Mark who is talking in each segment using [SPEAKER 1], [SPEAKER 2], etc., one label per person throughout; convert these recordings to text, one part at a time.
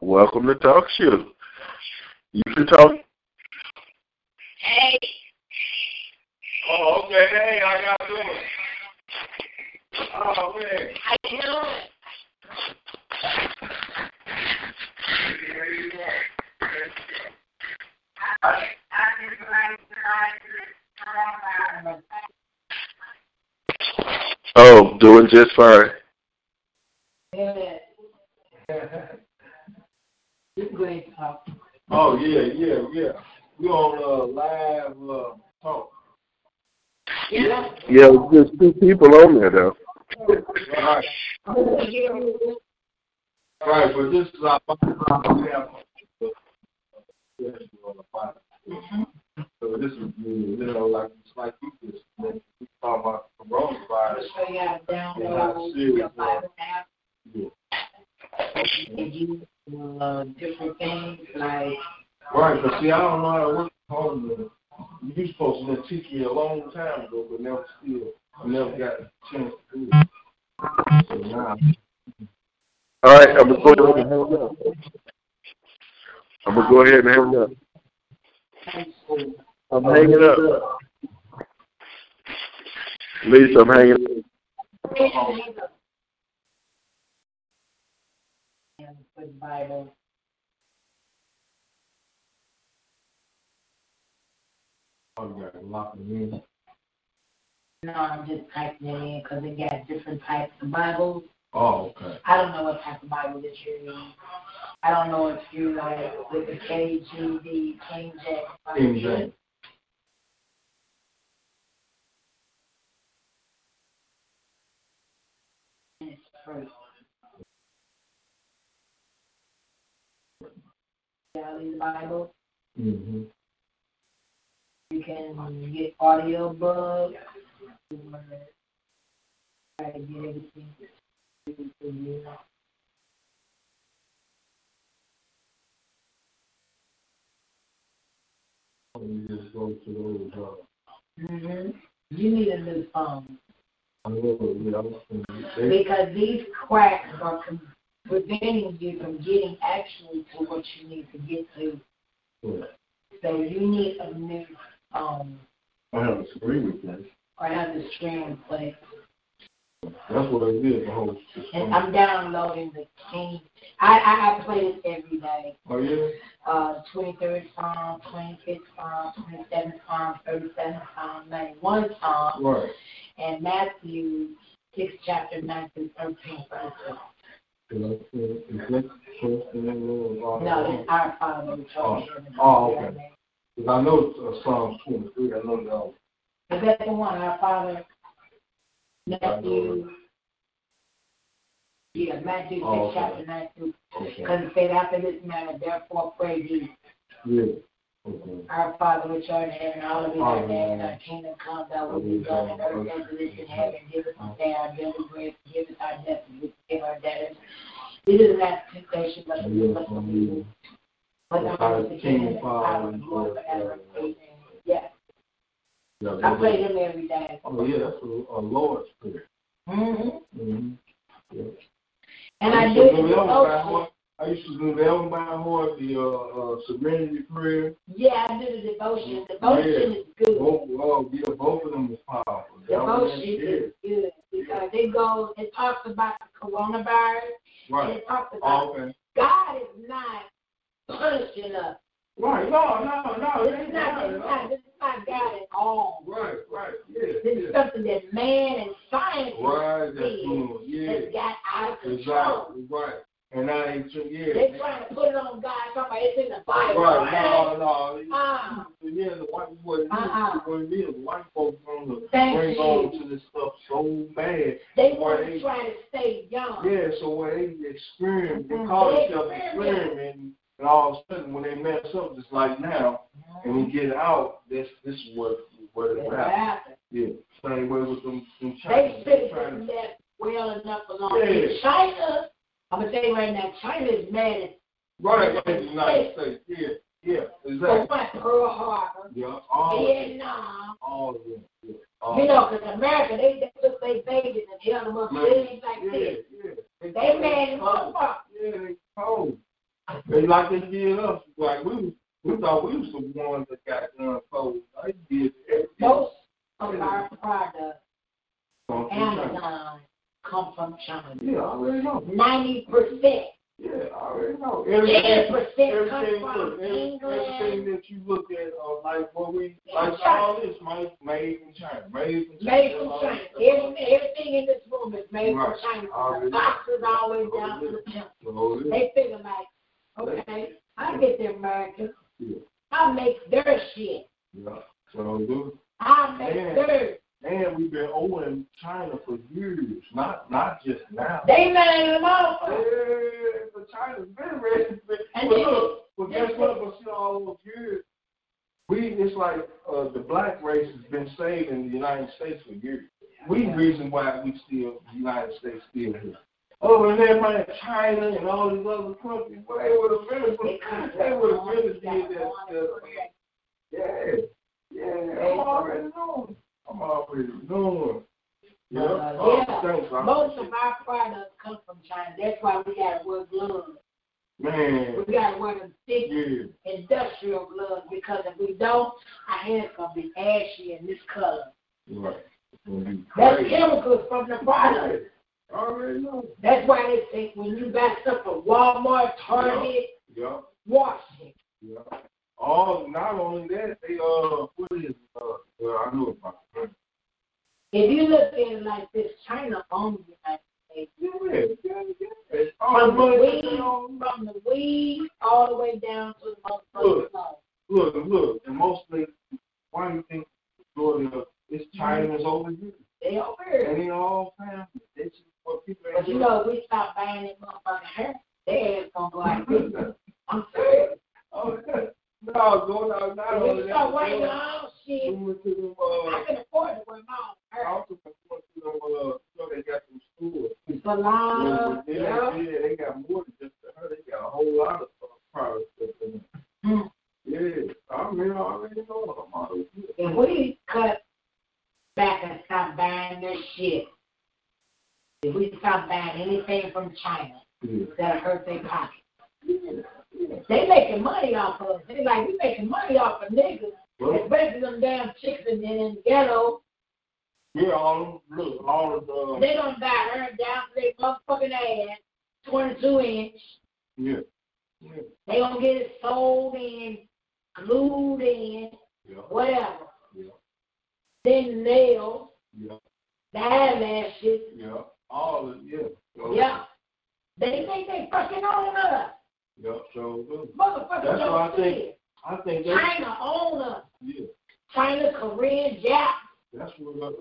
[SPEAKER 1] Welcome to Talk Show. You can talk.
[SPEAKER 2] Hey,
[SPEAKER 1] Oh, okay. Hey, how y'all doing? Oh, man.
[SPEAKER 2] how you doing? I just like to
[SPEAKER 1] Oh, doing just fine. Oh yeah, yeah, yeah. We on uh, live uh, talk.
[SPEAKER 2] Yeah.
[SPEAKER 1] Yeah, there's two people on there though. Right, right. But this is our so this is you know like it's like you just we talking about coronavirus. and how serious it is.
[SPEAKER 3] different things like
[SPEAKER 1] Right, but see, I don't know how to work on the. You supposed to have teach me a long time ago, but never still, I never got a chance to do it. So now. All right, I'm gonna go ahead and hang up. I'm gonna go ahead and hang up. I'm hanging up. Lisa, I'm hanging up.
[SPEAKER 3] with Bible. No, I'm just typing it in because they got different types of Bibles.
[SPEAKER 1] Oh, okay.
[SPEAKER 3] I don't know what type of Bible that you're in. I don't know if you like with the KGB, King James. Bible.
[SPEAKER 1] King James.
[SPEAKER 3] It's true. Daily Bible.
[SPEAKER 1] Mm-hmm.
[SPEAKER 3] You can get audio books. Try to get everything for you.
[SPEAKER 1] You just go to those, uh,
[SPEAKER 3] hmm You need a new phone.
[SPEAKER 1] I don't know, yeah, I'm- they-
[SPEAKER 3] Because these cracks are com- preventing you from getting actually to what you need to get to.
[SPEAKER 1] Yeah.
[SPEAKER 3] So you need a new um
[SPEAKER 1] I have a screen with that.
[SPEAKER 3] or have the screen replaced.
[SPEAKER 1] That's what it is, the whole
[SPEAKER 3] And
[SPEAKER 1] system.
[SPEAKER 3] I'm downloading the King. I I, I play this every day.
[SPEAKER 1] Oh, yeah?
[SPEAKER 3] Uh, 23rd Psalm, 25th Psalm, 27th Psalm, 37th Psalm, 91 Psalm,
[SPEAKER 1] Right.
[SPEAKER 3] and Matthew 6 chapter 9 through 13 verse.
[SPEAKER 1] No,
[SPEAKER 3] No, it's
[SPEAKER 1] because
[SPEAKER 3] our Father which art in heaven.
[SPEAKER 1] Oh, oh, okay. I know it's, uh, Psalm 23, I know that one.
[SPEAKER 3] Is that the one, our Father? Matthew. Yeah, Matthew
[SPEAKER 1] Oh,
[SPEAKER 3] six,
[SPEAKER 1] okay.
[SPEAKER 3] chapter nine, through-
[SPEAKER 1] Okay.
[SPEAKER 3] because it said after this manner, therefore pray ye,
[SPEAKER 1] Yeah. Okay.
[SPEAKER 3] our Father which art in heaven, hallowed be thy name, thy kingdom come, thy will be done on earth as it is in heaven, give us this day our daily bread, forgive us our debts, as we forgive our debtors. It is not temptation, but
[SPEAKER 1] And
[SPEAKER 3] deliver
[SPEAKER 1] yes,
[SPEAKER 3] us
[SPEAKER 1] I
[SPEAKER 3] from evil.
[SPEAKER 1] mean,
[SPEAKER 3] But the power of the kingdom, the power of the Lord forever. Amen. Yeah,
[SPEAKER 1] yeah,
[SPEAKER 3] I
[SPEAKER 1] that
[SPEAKER 3] play
[SPEAKER 1] is-
[SPEAKER 3] them every day.
[SPEAKER 1] Oh, yeah, that's a, a Lord's prayer.
[SPEAKER 3] Mm-hmm.
[SPEAKER 1] Mm-hmm.
[SPEAKER 3] And I do it in devotion.
[SPEAKER 1] I used to do that one by heart, the, uh, uh, Serenity Prayer.
[SPEAKER 3] Yeah, I do the devotion. Devotion is good.
[SPEAKER 1] Both, oh, yeah, both of them is powerful. That one
[SPEAKER 3] Devotion
[SPEAKER 1] is-
[SPEAKER 3] is good because
[SPEAKER 1] Yeah.
[SPEAKER 3] it goes, it talks about the coronavirus,
[SPEAKER 1] yeah, Right.
[SPEAKER 3] it talks about
[SPEAKER 1] Okay.
[SPEAKER 3] God is not punishing us.
[SPEAKER 1] Right, no, no, no. it
[SPEAKER 3] It's
[SPEAKER 1] ain't
[SPEAKER 3] not, it's not,
[SPEAKER 1] that.
[SPEAKER 3] it's not God at all.
[SPEAKER 1] Right, right, yeah.
[SPEAKER 3] This is
[SPEAKER 1] yeah.
[SPEAKER 3] something that man and science
[SPEAKER 1] Right, that's
[SPEAKER 3] did
[SPEAKER 1] good, yeah.
[SPEAKER 3] that got out of
[SPEAKER 1] Exactly,
[SPEAKER 3] control.
[SPEAKER 1] right. and now they took years.
[SPEAKER 3] They trying to put it on God, somebody, it's in the Bible.
[SPEAKER 1] Right, no, no. you-
[SPEAKER 3] Uh-uh.
[SPEAKER 1] Yeah, the white boy,
[SPEAKER 3] Uh-uh.
[SPEAKER 1] what it is, the white folks on the
[SPEAKER 3] Thank
[SPEAKER 1] bring
[SPEAKER 3] you.
[SPEAKER 1] on to this stuff so bad.
[SPEAKER 3] They
[SPEAKER 1] where
[SPEAKER 3] want to try to stay young.
[SPEAKER 1] Yeah, so when they experiment, they
[SPEAKER 3] Mhm.
[SPEAKER 1] call
[SPEAKER 3] They
[SPEAKER 1] themselves
[SPEAKER 3] experiment.
[SPEAKER 1] experimenting, and all of a sudden when they mess up, just like now, and we get out, this this is what what
[SPEAKER 3] That's
[SPEAKER 1] it
[SPEAKER 3] what
[SPEAKER 1] about.
[SPEAKER 3] happened.
[SPEAKER 1] Yeah, same way with them them
[SPEAKER 3] They
[SPEAKER 1] Chinese.
[SPEAKER 3] should have
[SPEAKER 1] Chinese.
[SPEAKER 3] left well enough alone.
[SPEAKER 1] Yeah.
[SPEAKER 3] In China, I'm gonna tell you right now, China is mad at
[SPEAKER 1] Right, like the United States. Yeah, yeah,
[SPEAKER 3] for
[SPEAKER 1] exactly.
[SPEAKER 3] what Pearl Harbor,
[SPEAKER 1] Yeah, all of it,
[SPEAKER 3] Vietnam.
[SPEAKER 1] all of it. Yeah, all of
[SPEAKER 3] You
[SPEAKER 1] it.
[SPEAKER 3] know, 'cause America, they they took their babies and held them up. It ain't like
[SPEAKER 1] yeah,
[SPEAKER 3] this.
[SPEAKER 1] yeah. They,
[SPEAKER 3] They mad as
[SPEAKER 1] cold.
[SPEAKER 3] fuck.
[SPEAKER 1] Yeah, they cold. They like they did us. Like we was- we thought we was the ones that got done cold. They did everything.
[SPEAKER 3] Most of our products,
[SPEAKER 1] from China.
[SPEAKER 3] Amazon, come from China.
[SPEAKER 1] Yeah, I already know.
[SPEAKER 3] Ninety percent,
[SPEAKER 1] Yeah, I already know.
[SPEAKER 3] eighty
[SPEAKER 1] Everything,
[SPEAKER 3] percent comes
[SPEAKER 1] everything,
[SPEAKER 3] from
[SPEAKER 1] look, every- everything
[SPEAKER 3] England,
[SPEAKER 1] that you look at, uh, like what we,
[SPEAKER 3] Yeah,
[SPEAKER 1] like
[SPEAKER 3] China.
[SPEAKER 1] all this, made, made in China, made in China.
[SPEAKER 3] made from
[SPEAKER 1] all
[SPEAKER 3] China.
[SPEAKER 1] this stuff.
[SPEAKER 3] Everything, everything in this room is made from
[SPEAKER 1] Right.
[SPEAKER 3] China.
[SPEAKER 1] All
[SPEAKER 3] The
[SPEAKER 1] this.
[SPEAKER 3] box is always down to the pimp.
[SPEAKER 1] So, yeah,
[SPEAKER 3] They figure like, okay, I get the Americans,
[SPEAKER 1] yeah,
[SPEAKER 3] I make their shit,
[SPEAKER 1] yeah. So, dude.
[SPEAKER 3] I make
[SPEAKER 1] Yeah.
[SPEAKER 3] theirs.
[SPEAKER 1] Man, we've been owing China for years, not not just now.
[SPEAKER 3] They mad at
[SPEAKER 1] Yeah,
[SPEAKER 3] motherfuckers.
[SPEAKER 1] but China's been ready. But
[SPEAKER 3] And then-
[SPEAKER 1] look, but guess what? But see, all those years, we it's like uh, the black race has been saved in the United States for years. We reason why we still the United States still here. Oh, and then man, China and all these other countries, well, they would have really,
[SPEAKER 3] Because
[SPEAKER 1] they would have really
[SPEAKER 3] they
[SPEAKER 1] did that.
[SPEAKER 3] want
[SPEAKER 1] stuff.
[SPEAKER 3] to
[SPEAKER 1] Yeah, yeah, I'm already knowing. I'm already knowing. Yeah,
[SPEAKER 3] Uh,
[SPEAKER 1] oh,
[SPEAKER 3] yeah.
[SPEAKER 1] thanks, I-
[SPEAKER 3] Most of our products come from China. That's why we gotta wear gloves.
[SPEAKER 1] man,
[SPEAKER 3] We gotta wear them thick
[SPEAKER 1] yeah,
[SPEAKER 3] industrial gloves because if we don't, our hands gonna be ashy and this color.
[SPEAKER 1] right. It's gonna be
[SPEAKER 3] That's
[SPEAKER 1] crazy.
[SPEAKER 3] chemicals from the product.
[SPEAKER 1] I already know.
[SPEAKER 3] That's why they think when you buy stuff from Walmart, Target,
[SPEAKER 1] Yeah,
[SPEAKER 3] wash it.
[SPEAKER 1] yeah. All not only that, they uh, what is uh, well, I know about. it.
[SPEAKER 3] If you look at it like this, China owns the United States.
[SPEAKER 1] Yeah, yeah, yeah. All the
[SPEAKER 3] From
[SPEAKER 1] money
[SPEAKER 3] the
[SPEAKER 1] that they
[SPEAKER 3] weed,
[SPEAKER 1] own.
[SPEAKER 3] from the weed, all the way down to the motherfucking
[SPEAKER 1] Look.
[SPEAKER 3] floor.
[SPEAKER 1] Look, look, and mostly, why do you think Florida is
[SPEAKER 3] Mm-hmm.
[SPEAKER 1] China's over here?
[SPEAKER 3] They are
[SPEAKER 1] And
[SPEAKER 3] weird.
[SPEAKER 1] they all family. This is what people
[SPEAKER 3] But you
[SPEAKER 1] ain't
[SPEAKER 3] know, we stop buying that motherfucking hair, their ass gonna go like this.
[SPEAKER 1] doing.
[SPEAKER 3] I'm serious.
[SPEAKER 1] Oh, No, going out not
[SPEAKER 3] If
[SPEAKER 1] only
[SPEAKER 3] you
[SPEAKER 1] that.
[SPEAKER 3] start wearing
[SPEAKER 1] but
[SPEAKER 3] your
[SPEAKER 1] uh,
[SPEAKER 3] own shit,
[SPEAKER 1] we went to them,
[SPEAKER 3] I
[SPEAKER 1] uh,
[SPEAKER 3] can afford to wear my own
[SPEAKER 1] I
[SPEAKER 3] hair.
[SPEAKER 1] also went to them, uh, you know, they got some stores.
[SPEAKER 3] Salon,
[SPEAKER 1] They-
[SPEAKER 3] yeah.
[SPEAKER 1] they- they got more than just the hair. They got a whole lot of uh, products that they make.
[SPEAKER 3] Hmm.
[SPEAKER 1] Yeah, I mean, I already know what I'm out of here.
[SPEAKER 3] If we cut back and stop buying this shit, if we stop buying anything from China
[SPEAKER 1] Yeah,
[SPEAKER 3] that'll hurt their pocket,
[SPEAKER 1] yeah, yeah.
[SPEAKER 3] they making money off of us. They like, we making money off of niggas,
[SPEAKER 1] Well,
[SPEAKER 3] especially them damn chicks in, in the ghetto.
[SPEAKER 1] yeah, all, look, all of the,
[SPEAKER 3] They gonna buy her down to their motherfucking ass, 22 inch.
[SPEAKER 1] yeah, yeah,
[SPEAKER 3] They gonna get it sold in, glued in,
[SPEAKER 1] yeah,
[SPEAKER 3] whatever.
[SPEAKER 1] Yeah.
[SPEAKER 3] Then nails,
[SPEAKER 1] yeah,
[SPEAKER 3] the eyelashes,
[SPEAKER 1] yeah, all of, yeah. So-
[SPEAKER 3] yeah. They think they fucking own us.
[SPEAKER 1] Yeah, so, look,
[SPEAKER 3] Motherfuckers
[SPEAKER 1] That's
[SPEAKER 3] don't
[SPEAKER 1] what I
[SPEAKER 3] see
[SPEAKER 1] think.
[SPEAKER 3] it.
[SPEAKER 1] I think that,
[SPEAKER 3] China own us.
[SPEAKER 1] yeah.
[SPEAKER 3] China, Korean, Jap.
[SPEAKER 1] That's what uh,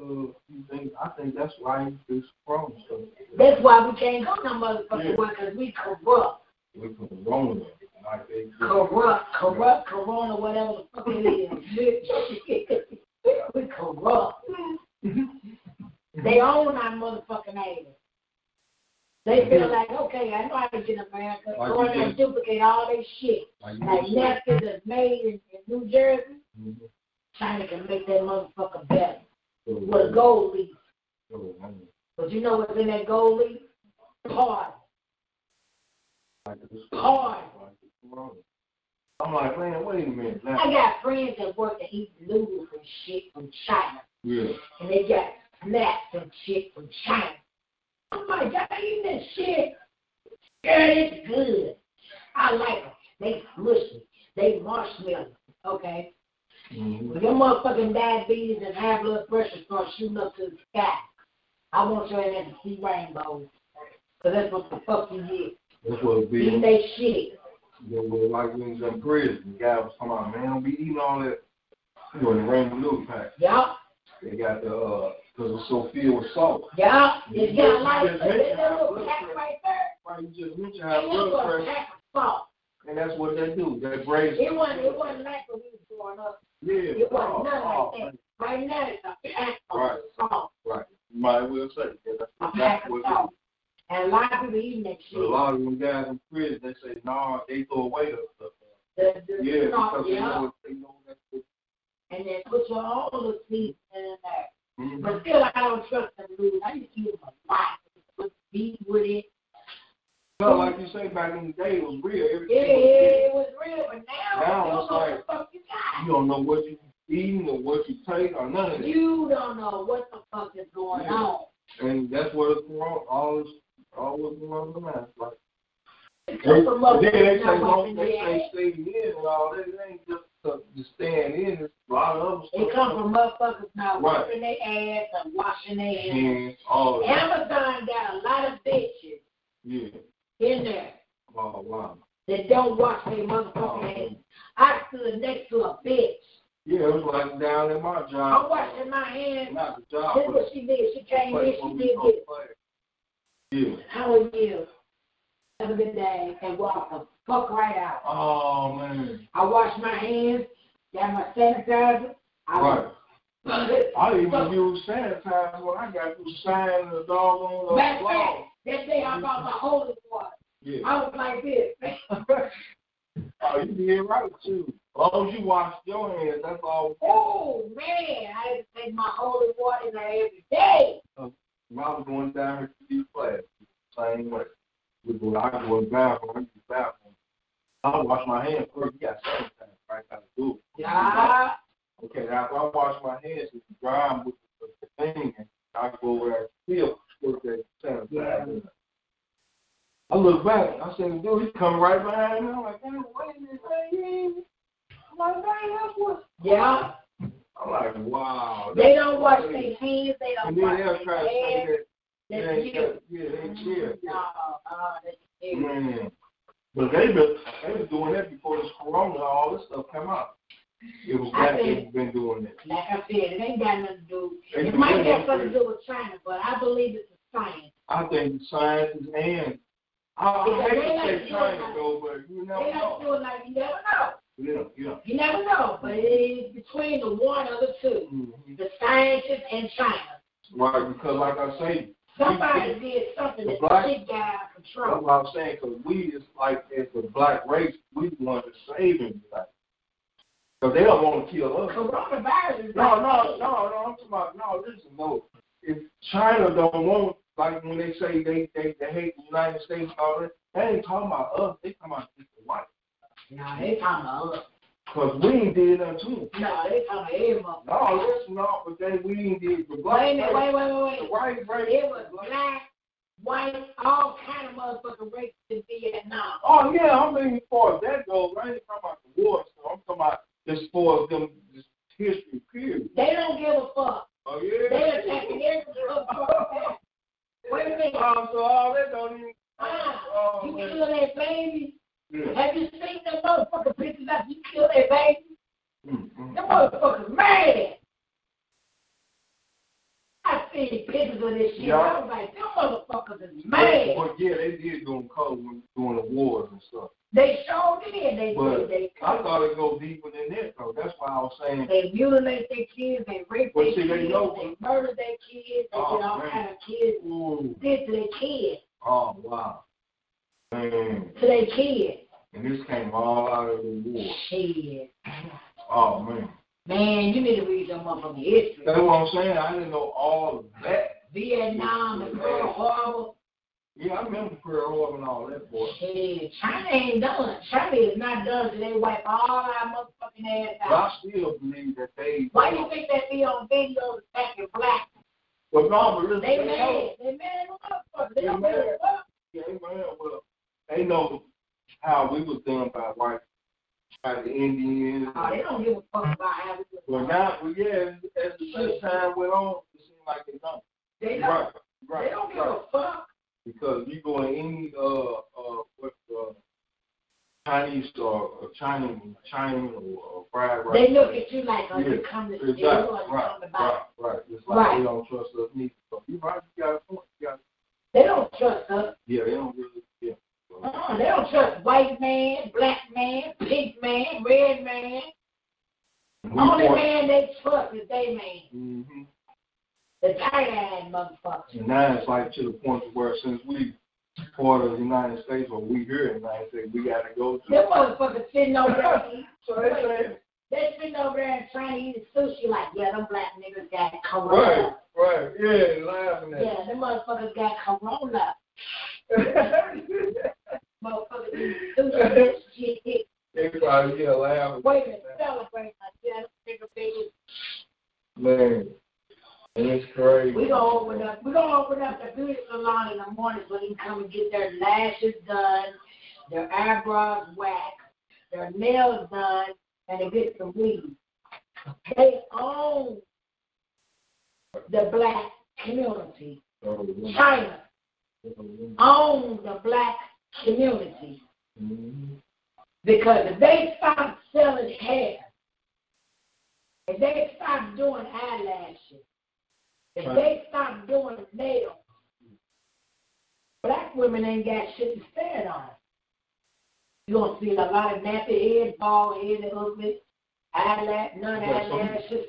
[SPEAKER 1] you think. I think that's why this problem started.
[SPEAKER 3] That's why we can't go no motherfucking
[SPEAKER 1] Yeah.
[SPEAKER 3] way, cause we corrupt,
[SPEAKER 1] With Corona, like they
[SPEAKER 3] corrupt, corrupt, corona, whatever the fuck it is. we corrupt. They own our motherfucking ass. They feel like, okay, I know I can get America,
[SPEAKER 1] Like
[SPEAKER 3] go in
[SPEAKER 1] you
[SPEAKER 3] there and duplicate all this shit.
[SPEAKER 1] like
[SPEAKER 3] Like
[SPEAKER 1] you said.
[SPEAKER 3] napkins is made in, in New Jersey,
[SPEAKER 1] Mhm.
[SPEAKER 3] China can make that motherfucker better
[SPEAKER 1] So,
[SPEAKER 3] with a gold leaf.
[SPEAKER 1] so, I mean,
[SPEAKER 3] But you know what's in that gold leaf? Party.
[SPEAKER 1] like this-
[SPEAKER 3] Hard.
[SPEAKER 1] like this Corona. I'm like, man, wait a minute. Now,
[SPEAKER 3] I got friends that work that eat noodles and shit from China,
[SPEAKER 1] yeah,
[SPEAKER 3] and they got snacks and shit from China. I'm like, y'all eating that shit? Girl, it's good. I like them. They smushy. They marshmallow. Okay.
[SPEAKER 1] mhm.
[SPEAKER 3] When your motherfucking diabetes and high blood pressure start shooting up to the sky, I want your ass to see rainbows. Because that's what the fuck you get.
[SPEAKER 1] That's what it be.
[SPEAKER 3] Eat that shit.
[SPEAKER 1] They were like when he was in prison. The guy was talking about, man, don't be eating all that. You know, the ramen noodle pack.
[SPEAKER 3] Yup,
[SPEAKER 1] They got the, uh, because it's so filled with salt.
[SPEAKER 3] yup. It's got like, it's that little pack right there.
[SPEAKER 1] Right, you just mentioned
[SPEAKER 3] It
[SPEAKER 1] high blood
[SPEAKER 3] was a
[SPEAKER 1] pressure,
[SPEAKER 3] pack of salt.
[SPEAKER 1] and that's what they do. They braise.
[SPEAKER 3] It wasn't, it wasn't like when we was growing up.
[SPEAKER 1] Yeah.
[SPEAKER 3] It
[SPEAKER 1] oh,
[SPEAKER 3] wasn't nothing
[SPEAKER 1] oh,
[SPEAKER 3] like that. Right now, it's a pack of
[SPEAKER 1] Right.
[SPEAKER 3] salt.
[SPEAKER 1] Right. You might as well say that. That's
[SPEAKER 3] A pack
[SPEAKER 1] exactly
[SPEAKER 3] of
[SPEAKER 1] what they do.
[SPEAKER 3] salt. And a lot of people eating that
[SPEAKER 1] But a
[SPEAKER 3] shit.
[SPEAKER 1] lot of them guys in prison, they say, nah, they throw away the stuff.
[SPEAKER 3] The, the
[SPEAKER 1] Yeah,
[SPEAKER 3] salt,
[SPEAKER 1] because they
[SPEAKER 3] Oh, yeah.
[SPEAKER 1] know, they know that's what.
[SPEAKER 3] And then put your own little seeds in there.
[SPEAKER 1] Mhm.
[SPEAKER 3] But still, I don't trust them noodles. I used to use them a lot. Put beef with it.
[SPEAKER 1] No, like you say, back in the day, it was real. Everything
[SPEAKER 3] Yeah,
[SPEAKER 1] was real.
[SPEAKER 3] yeah, it was real. But now,
[SPEAKER 1] Now
[SPEAKER 3] you
[SPEAKER 1] it's
[SPEAKER 3] don't know
[SPEAKER 1] like-
[SPEAKER 3] what the fuck you
[SPEAKER 1] You
[SPEAKER 3] got.
[SPEAKER 1] don't know what you eating or what you take or none of that.
[SPEAKER 3] You don't know what the fuck is going
[SPEAKER 1] Yeah.
[SPEAKER 3] on.
[SPEAKER 1] And that's what it's wrong. All this, all what's wrong with that. Like,
[SPEAKER 3] It's
[SPEAKER 1] then
[SPEAKER 3] just a motherfucker
[SPEAKER 1] they say,
[SPEAKER 3] jump up
[SPEAKER 1] don't
[SPEAKER 3] in
[SPEAKER 1] they
[SPEAKER 3] the ass.
[SPEAKER 1] say stay in and all that. It ain't just to, to stand in. It's a lot of other stuff.
[SPEAKER 3] It comes from motherfuckers not
[SPEAKER 1] Right. Mm-hmm.
[SPEAKER 3] wiping their ass and washing their hands.
[SPEAKER 1] hands, all of that.
[SPEAKER 3] Amazon got a lot of bitches
[SPEAKER 1] Yeah.
[SPEAKER 3] in there
[SPEAKER 1] Oh wow.
[SPEAKER 3] that don't wash their motherfucking hands. I stood next to a bitch.
[SPEAKER 1] Yeah, it was like down at my
[SPEAKER 3] I'm
[SPEAKER 1] job.
[SPEAKER 3] washing my hands.
[SPEAKER 1] Not the
[SPEAKER 3] This
[SPEAKER 1] job.
[SPEAKER 3] is what she did. She came in,
[SPEAKER 1] place
[SPEAKER 3] she
[SPEAKER 1] where we
[SPEAKER 3] did
[SPEAKER 1] go
[SPEAKER 3] this.
[SPEAKER 1] play. Yeah.
[SPEAKER 3] How are you? Have a good day and walk the fuck right out.
[SPEAKER 1] Oh man.
[SPEAKER 3] I wash my hands, got my sanitizer. I
[SPEAKER 1] Right. I
[SPEAKER 3] Matter
[SPEAKER 1] even use sanitizer when I got to sign the uh, dog on
[SPEAKER 3] of
[SPEAKER 1] the
[SPEAKER 3] fact,
[SPEAKER 1] wall.
[SPEAKER 3] that day I bought my holy water.
[SPEAKER 1] Yeah.
[SPEAKER 3] I was like this.
[SPEAKER 1] oh, you did right too. As long as you wash your hands, that's all.
[SPEAKER 3] Oh man, I had to take my holy water in there every day.
[SPEAKER 1] When I was going down here to these classes, same way. We go, I go in the bathroom, I use the bathroom. I wash my hands first. You got sanitizer, right? I do.
[SPEAKER 3] Yeah,
[SPEAKER 1] Okay, now if I wash my hands and dry them with the, the thing, and I go over there and still put that sanitizer. in. I look back, I said, dude, he's coming right behind me. I'm like, damn, what is this thing? I'm like, man, that's what.
[SPEAKER 3] yeah.
[SPEAKER 1] I'm like, wow.
[SPEAKER 3] They don't wash their hands. They don't
[SPEAKER 1] And then
[SPEAKER 3] wash
[SPEAKER 1] they'll
[SPEAKER 3] their
[SPEAKER 1] try to say
[SPEAKER 3] hands.
[SPEAKER 1] that they
[SPEAKER 3] That's
[SPEAKER 1] ain't
[SPEAKER 3] you.
[SPEAKER 1] got, yeah, they ain't chill.
[SPEAKER 3] No, no, that's you.
[SPEAKER 1] Man. But they been, they was doing that before this corona, all this stuff come out. It was
[SPEAKER 3] I
[SPEAKER 1] that they
[SPEAKER 3] think-
[SPEAKER 1] been doing that.
[SPEAKER 3] Like I said, it ain't got nothing to do.
[SPEAKER 1] It's
[SPEAKER 3] It might
[SPEAKER 1] really
[SPEAKER 3] have something to
[SPEAKER 1] unfair.
[SPEAKER 3] do with China, but I believe it's the same.
[SPEAKER 1] I think science is and I, I
[SPEAKER 3] Because they
[SPEAKER 1] hate to
[SPEAKER 3] like
[SPEAKER 1] say
[SPEAKER 3] doing
[SPEAKER 1] science
[SPEAKER 3] that.
[SPEAKER 1] though, but you never
[SPEAKER 3] They
[SPEAKER 1] know.
[SPEAKER 3] don't do it like you never know.
[SPEAKER 1] Yeah, yeah.
[SPEAKER 3] You never know, but it is between the one or the two,
[SPEAKER 1] Mhm.
[SPEAKER 3] the scientists and China.
[SPEAKER 1] Right, because like I say,
[SPEAKER 3] Somebody did something that
[SPEAKER 1] Mm-hmm. Black-
[SPEAKER 3] the shit got out of
[SPEAKER 1] that's
[SPEAKER 3] control.
[SPEAKER 1] what I'm saying, because we is like, as the black race, we want to save it. Because they don't want to kill us.
[SPEAKER 3] Coronavirus is
[SPEAKER 1] No,
[SPEAKER 3] like-
[SPEAKER 1] no, no, no. I'm talking about no. Listen, no. If China don't want, like when they say they they, they hate the United States, and all that, they ain't talking about us. They talking about just the white.
[SPEAKER 3] No, they talking about us.
[SPEAKER 1] Cause we ain't did nothing to 'em.
[SPEAKER 3] No, they talking about every motherfucker.
[SPEAKER 1] No, listen, no. But they we ain't did the black.
[SPEAKER 3] Wait a minute,
[SPEAKER 1] race,
[SPEAKER 3] wait, wait, wait,
[SPEAKER 1] The
[SPEAKER 3] wait.
[SPEAKER 1] white race.
[SPEAKER 3] It was black, white, all kind of motherfucking races in Vietnam.
[SPEAKER 1] Oh yeah, I mean as far as that goes, I ain't talking about the war. So I'm talking about as far as them this history period.
[SPEAKER 3] They don't give a fuck.
[SPEAKER 1] Oh
[SPEAKER 3] They
[SPEAKER 1] yeah.
[SPEAKER 3] attacking every motherfucker. Wait a minute.
[SPEAKER 1] Um, so all that don't even.
[SPEAKER 3] Ah,
[SPEAKER 1] Oh,
[SPEAKER 3] You
[SPEAKER 1] man.
[SPEAKER 3] kill that baby.
[SPEAKER 1] Yeah.
[SPEAKER 3] Have you seen them motherfucking pictures after you kill that baby?
[SPEAKER 1] Mm, mm.
[SPEAKER 3] Them motherfuckers mad. I seen pictures of this shit. I was like, them motherfuckers is
[SPEAKER 1] Yeah,
[SPEAKER 3] mad.
[SPEAKER 1] Well, yeah, they did do them color when doing the wars and stuff.
[SPEAKER 3] They showed it. They
[SPEAKER 1] But
[SPEAKER 3] did. They
[SPEAKER 1] I thought it go deeper than that though. That's why I was saying
[SPEAKER 3] They mutilate their kids, they rape
[SPEAKER 1] Well,
[SPEAKER 3] their
[SPEAKER 1] see,
[SPEAKER 3] kids,
[SPEAKER 1] they
[SPEAKER 3] they
[SPEAKER 1] know-
[SPEAKER 3] murder their kids, they
[SPEAKER 1] Oh,
[SPEAKER 3] get all
[SPEAKER 1] man.
[SPEAKER 3] kind of kids,
[SPEAKER 1] Ooh,
[SPEAKER 3] did to their kids,
[SPEAKER 1] oh wow. Man.
[SPEAKER 3] to their kids.
[SPEAKER 1] And this came all out of the war.
[SPEAKER 3] Shit.
[SPEAKER 1] Oh man.
[SPEAKER 3] Man, you need to read your motherfucking history.
[SPEAKER 1] That's what I'm saying. I didn't know all of that.
[SPEAKER 3] Vietnam and Pearl Harbor.
[SPEAKER 1] Yeah, I remember Pearl Harbor and all that boy.
[SPEAKER 3] Shit. China ain't done. China is not done till they wipe all our motherfucking ass
[SPEAKER 1] But
[SPEAKER 3] out.
[SPEAKER 1] I still believe that they
[SPEAKER 3] Why you think that be on videos back in black?
[SPEAKER 1] But no, but listen,
[SPEAKER 3] They
[SPEAKER 1] know-
[SPEAKER 3] mad. They mad motherfuckers. They
[SPEAKER 1] They
[SPEAKER 3] don't give a
[SPEAKER 1] mad.
[SPEAKER 3] fuck.
[SPEAKER 1] Yeah, man, well, they know how we was done by white by the Indians.
[SPEAKER 3] Oh, they don't give a fuck about how we
[SPEAKER 1] Well, now, well, yeah, as, as, as time went on, it seemed like they don't.
[SPEAKER 3] They don't.
[SPEAKER 1] Right,
[SPEAKER 3] They
[SPEAKER 1] right,
[SPEAKER 3] don't give
[SPEAKER 1] right.
[SPEAKER 3] a fuck.
[SPEAKER 1] Because you go in any uh uh Chinese or or China, China or uh, fried rice.
[SPEAKER 3] They look at you like, oh,
[SPEAKER 1] Yeah,
[SPEAKER 3] you come to,
[SPEAKER 1] Exactly,
[SPEAKER 3] they want to
[SPEAKER 1] right,
[SPEAKER 3] come to buy.
[SPEAKER 1] right, right. It's like
[SPEAKER 3] Right.
[SPEAKER 1] they don't trust us neither. So you right, you got a point, you got,
[SPEAKER 3] They don't trust us.
[SPEAKER 1] yeah, they don't really, yeah. So,
[SPEAKER 3] Uh-uh, they don't trust white man, black man, pink man, red man.
[SPEAKER 1] we
[SPEAKER 3] Only
[SPEAKER 1] want-
[SPEAKER 3] man they trust is they man.
[SPEAKER 1] Mhm.
[SPEAKER 3] The tight-eyed motherfucker.
[SPEAKER 1] And now it's like to the point to where since we part of the United States or we here in the United States, we gotta go
[SPEAKER 3] Them
[SPEAKER 1] to.
[SPEAKER 3] motherfuckers sitting over there eating.
[SPEAKER 1] So they say,
[SPEAKER 3] They sitting over there and trying to eat sushi like, yeah, them black niggas got
[SPEAKER 1] right,
[SPEAKER 3] corona.
[SPEAKER 1] right, yeah, laughing at.
[SPEAKER 3] Yeah, them motherfuckers got corona.
[SPEAKER 1] it.
[SPEAKER 3] Motherfuckers eat sushi and shit.
[SPEAKER 1] They probably yeah laughing.
[SPEAKER 3] Wait a minute, celebrate like, yeah, them niggas bitches.
[SPEAKER 1] Man, it's crazy.
[SPEAKER 3] We gonna open up. We gonna open up the beauty salon in the morning so they can come and get their lashes done, their eyebrows waxed, their nails done, and they get some weed. They own the black community. China owns the black community
[SPEAKER 1] Mhm.
[SPEAKER 3] because if they stop selling hair, if they stop doing eyelashes, if they stop doing nails, black women ain't got shit to stand on. You're gonna see a lot of nappy heads, bald heads, and ugly eyelash, none
[SPEAKER 1] You got some-
[SPEAKER 3] eyelashes,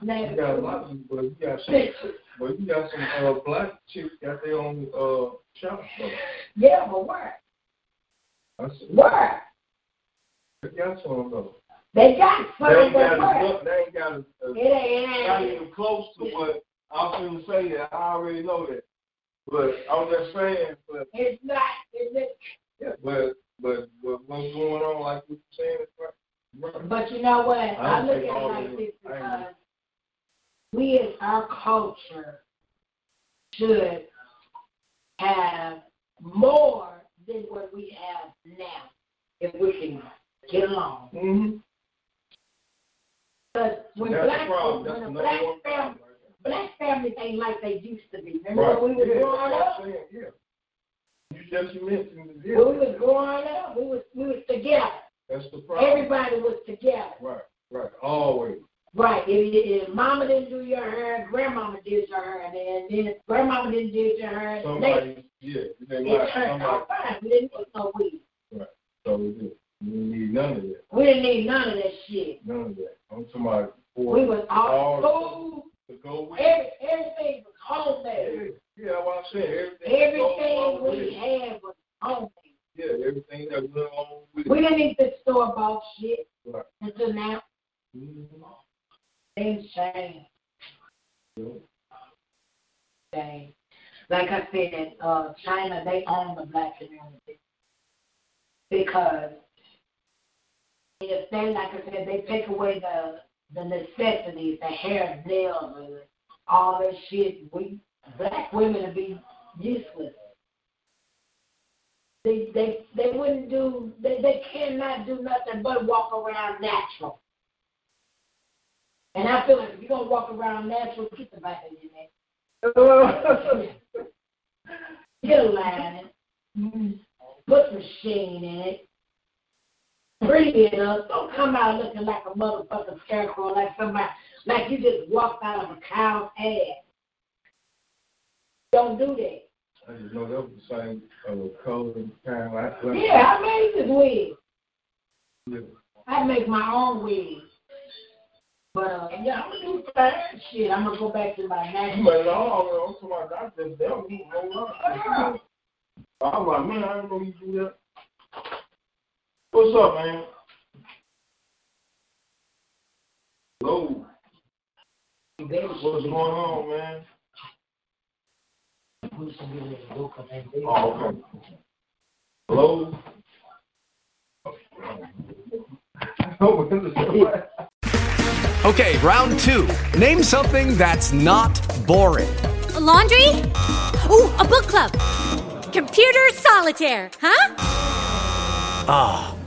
[SPEAKER 1] You got a lot
[SPEAKER 3] nappy
[SPEAKER 1] of people, but you got some,
[SPEAKER 3] pictures.
[SPEAKER 1] but you got some uh, black chicks got their own uh shop. though.
[SPEAKER 3] Yeah, but where?
[SPEAKER 1] That's
[SPEAKER 3] Where?
[SPEAKER 1] They got some though.
[SPEAKER 3] They got
[SPEAKER 1] They
[SPEAKER 3] some,
[SPEAKER 1] ain't
[SPEAKER 3] but
[SPEAKER 1] got
[SPEAKER 3] where?
[SPEAKER 1] as, they ain't got as, as
[SPEAKER 3] It ain't, it
[SPEAKER 1] not
[SPEAKER 3] ain't.
[SPEAKER 1] even close to what I'm gonna say that I already know that. But I'm just saying, but
[SPEAKER 3] It's not. It's just,
[SPEAKER 1] yeah, but but, but what's going on? Like what you saying is right. right.
[SPEAKER 3] but you know what?
[SPEAKER 1] I
[SPEAKER 3] I,
[SPEAKER 1] don't
[SPEAKER 3] look at
[SPEAKER 1] think
[SPEAKER 3] it
[SPEAKER 1] all
[SPEAKER 3] like
[SPEAKER 1] of
[SPEAKER 3] this
[SPEAKER 1] it- I
[SPEAKER 3] because
[SPEAKER 1] agree.
[SPEAKER 3] we as our culture should have more than what we have now, if we can get along.
[SPEAKER 1] Mm-hmm.
[SPEAKER 3] Because when
[SPEAKER 1] That's
[SPEAKER 3] black
[SPEAKER 1] the problem. That's
[SPEAKER 3] when a
[SPEAKER 1] another
[SPEAKER 3] black
[SPEAKER 1] one
[SPEAKER 3] family
[SPEAKER 1] problem. right there.
[SPEAKER 3] black families ain't like they used to be. Remember
[SPEAKER 1] Right.
[SPEAKER 3] when we was
[SPEAKER 1] yeah,
[SPEAKER 3] growing
[SPEAKER 1] that's
[SPEAKER 3] up?
[SPEAKER 1] what I'm saying, yeah. You just mentioned it. yeah.
[SPEAKER 3] When we was growing up, we was we was together.
[SPEAKER 1] That's the problem.
[SPEAKER 3] Everybody was together.
[SPEAKER 1] Right, right. Always.
[SPEAKER 3] Right. If, if mama didn't do your hair, grandmama did your hair, and then, then grandmama didn't do your hair, and they,
[SPEAKER 1] Somebody, yeah, it ain't
[SPEAKER 3] it
[SPEAKER 1] right.
[SPEAKER 3] turned
[SPEAKER 1] Somebody
[SPEAKER 3] out fine. We didn't need no weed.
[SPEAKER 1] told you. You didn't need none of that.
[SPEAKER 3] We didn't need none of that shit.
[SPEAKER 1] None of that. I'm talking about for
[SPEAKER 3] We was
[SPEAKER 1] all
[SPEAKER 3] all
[SPEAKER 1] to go
[SPEAKER 3] food.
[SPEAKER 1] with.
[SPEAKER 3] Every, everything was homemade.
[SPEAKER 1] Yeah, yeah, that's what I'm saying. Everything. that goes
[SPEAKER 3] Everything
[SPEAKER 1] along with
[SPEAKER 3] we
[SPEAKER 1] it.
[SPEAKER 3] had was homemade.
[SPEAKER 1] Yeah, everything that went along with
[SPEAKER 3] We
[SPEAKER 1] it.
[SPEAKER 3] didn't need the store bought shit
[SPEAKER 1] Right.
[SPEAKER 3] until now.
[SPEAKER 1] Mhm.
[SPEAKER 3] Things changed.
[SPEAKER 1] Yeah.
[SPEAKER 3] Changed. Like I said, uh, China, they own the black community. Because if they, like I said, they take away the the necessities, the hair, nails, and all that shit, we black women would be useless. They they they wouldn't do they they cannot do nothing but walk around natural. And I feel like if you're gonna walk around natural, get the back in your neck. Get a line in it. Put some sheen in it. Breathe it up. Don't come out looking like a motherfucking scarecrow, like somebody, like you just walked out of a cow's ass. Don't do that.
[SPEAKER 1] I just know that was the same uh, color and time last last
[SPEAKER 3] Yeah, I made this wig.
[SPEAKER 1] year.
[SPEAKER 3] I make my own wig. But uh, yeah, I'm gonna do fine shit. I'm gonna go back to my natural.
[SPEAKER 1] But no, I'm talking about not just that. We went on. I'm like, man, I didn't know you do that. What's up, man? Hello. What's going on, man? Oh, okay. Hello.
[SPEAKER 4] Okay, round two. Name something that's not boring.
[SPEAKER 5] A laundry? Ooh, a book club. Computer solitaire, huh?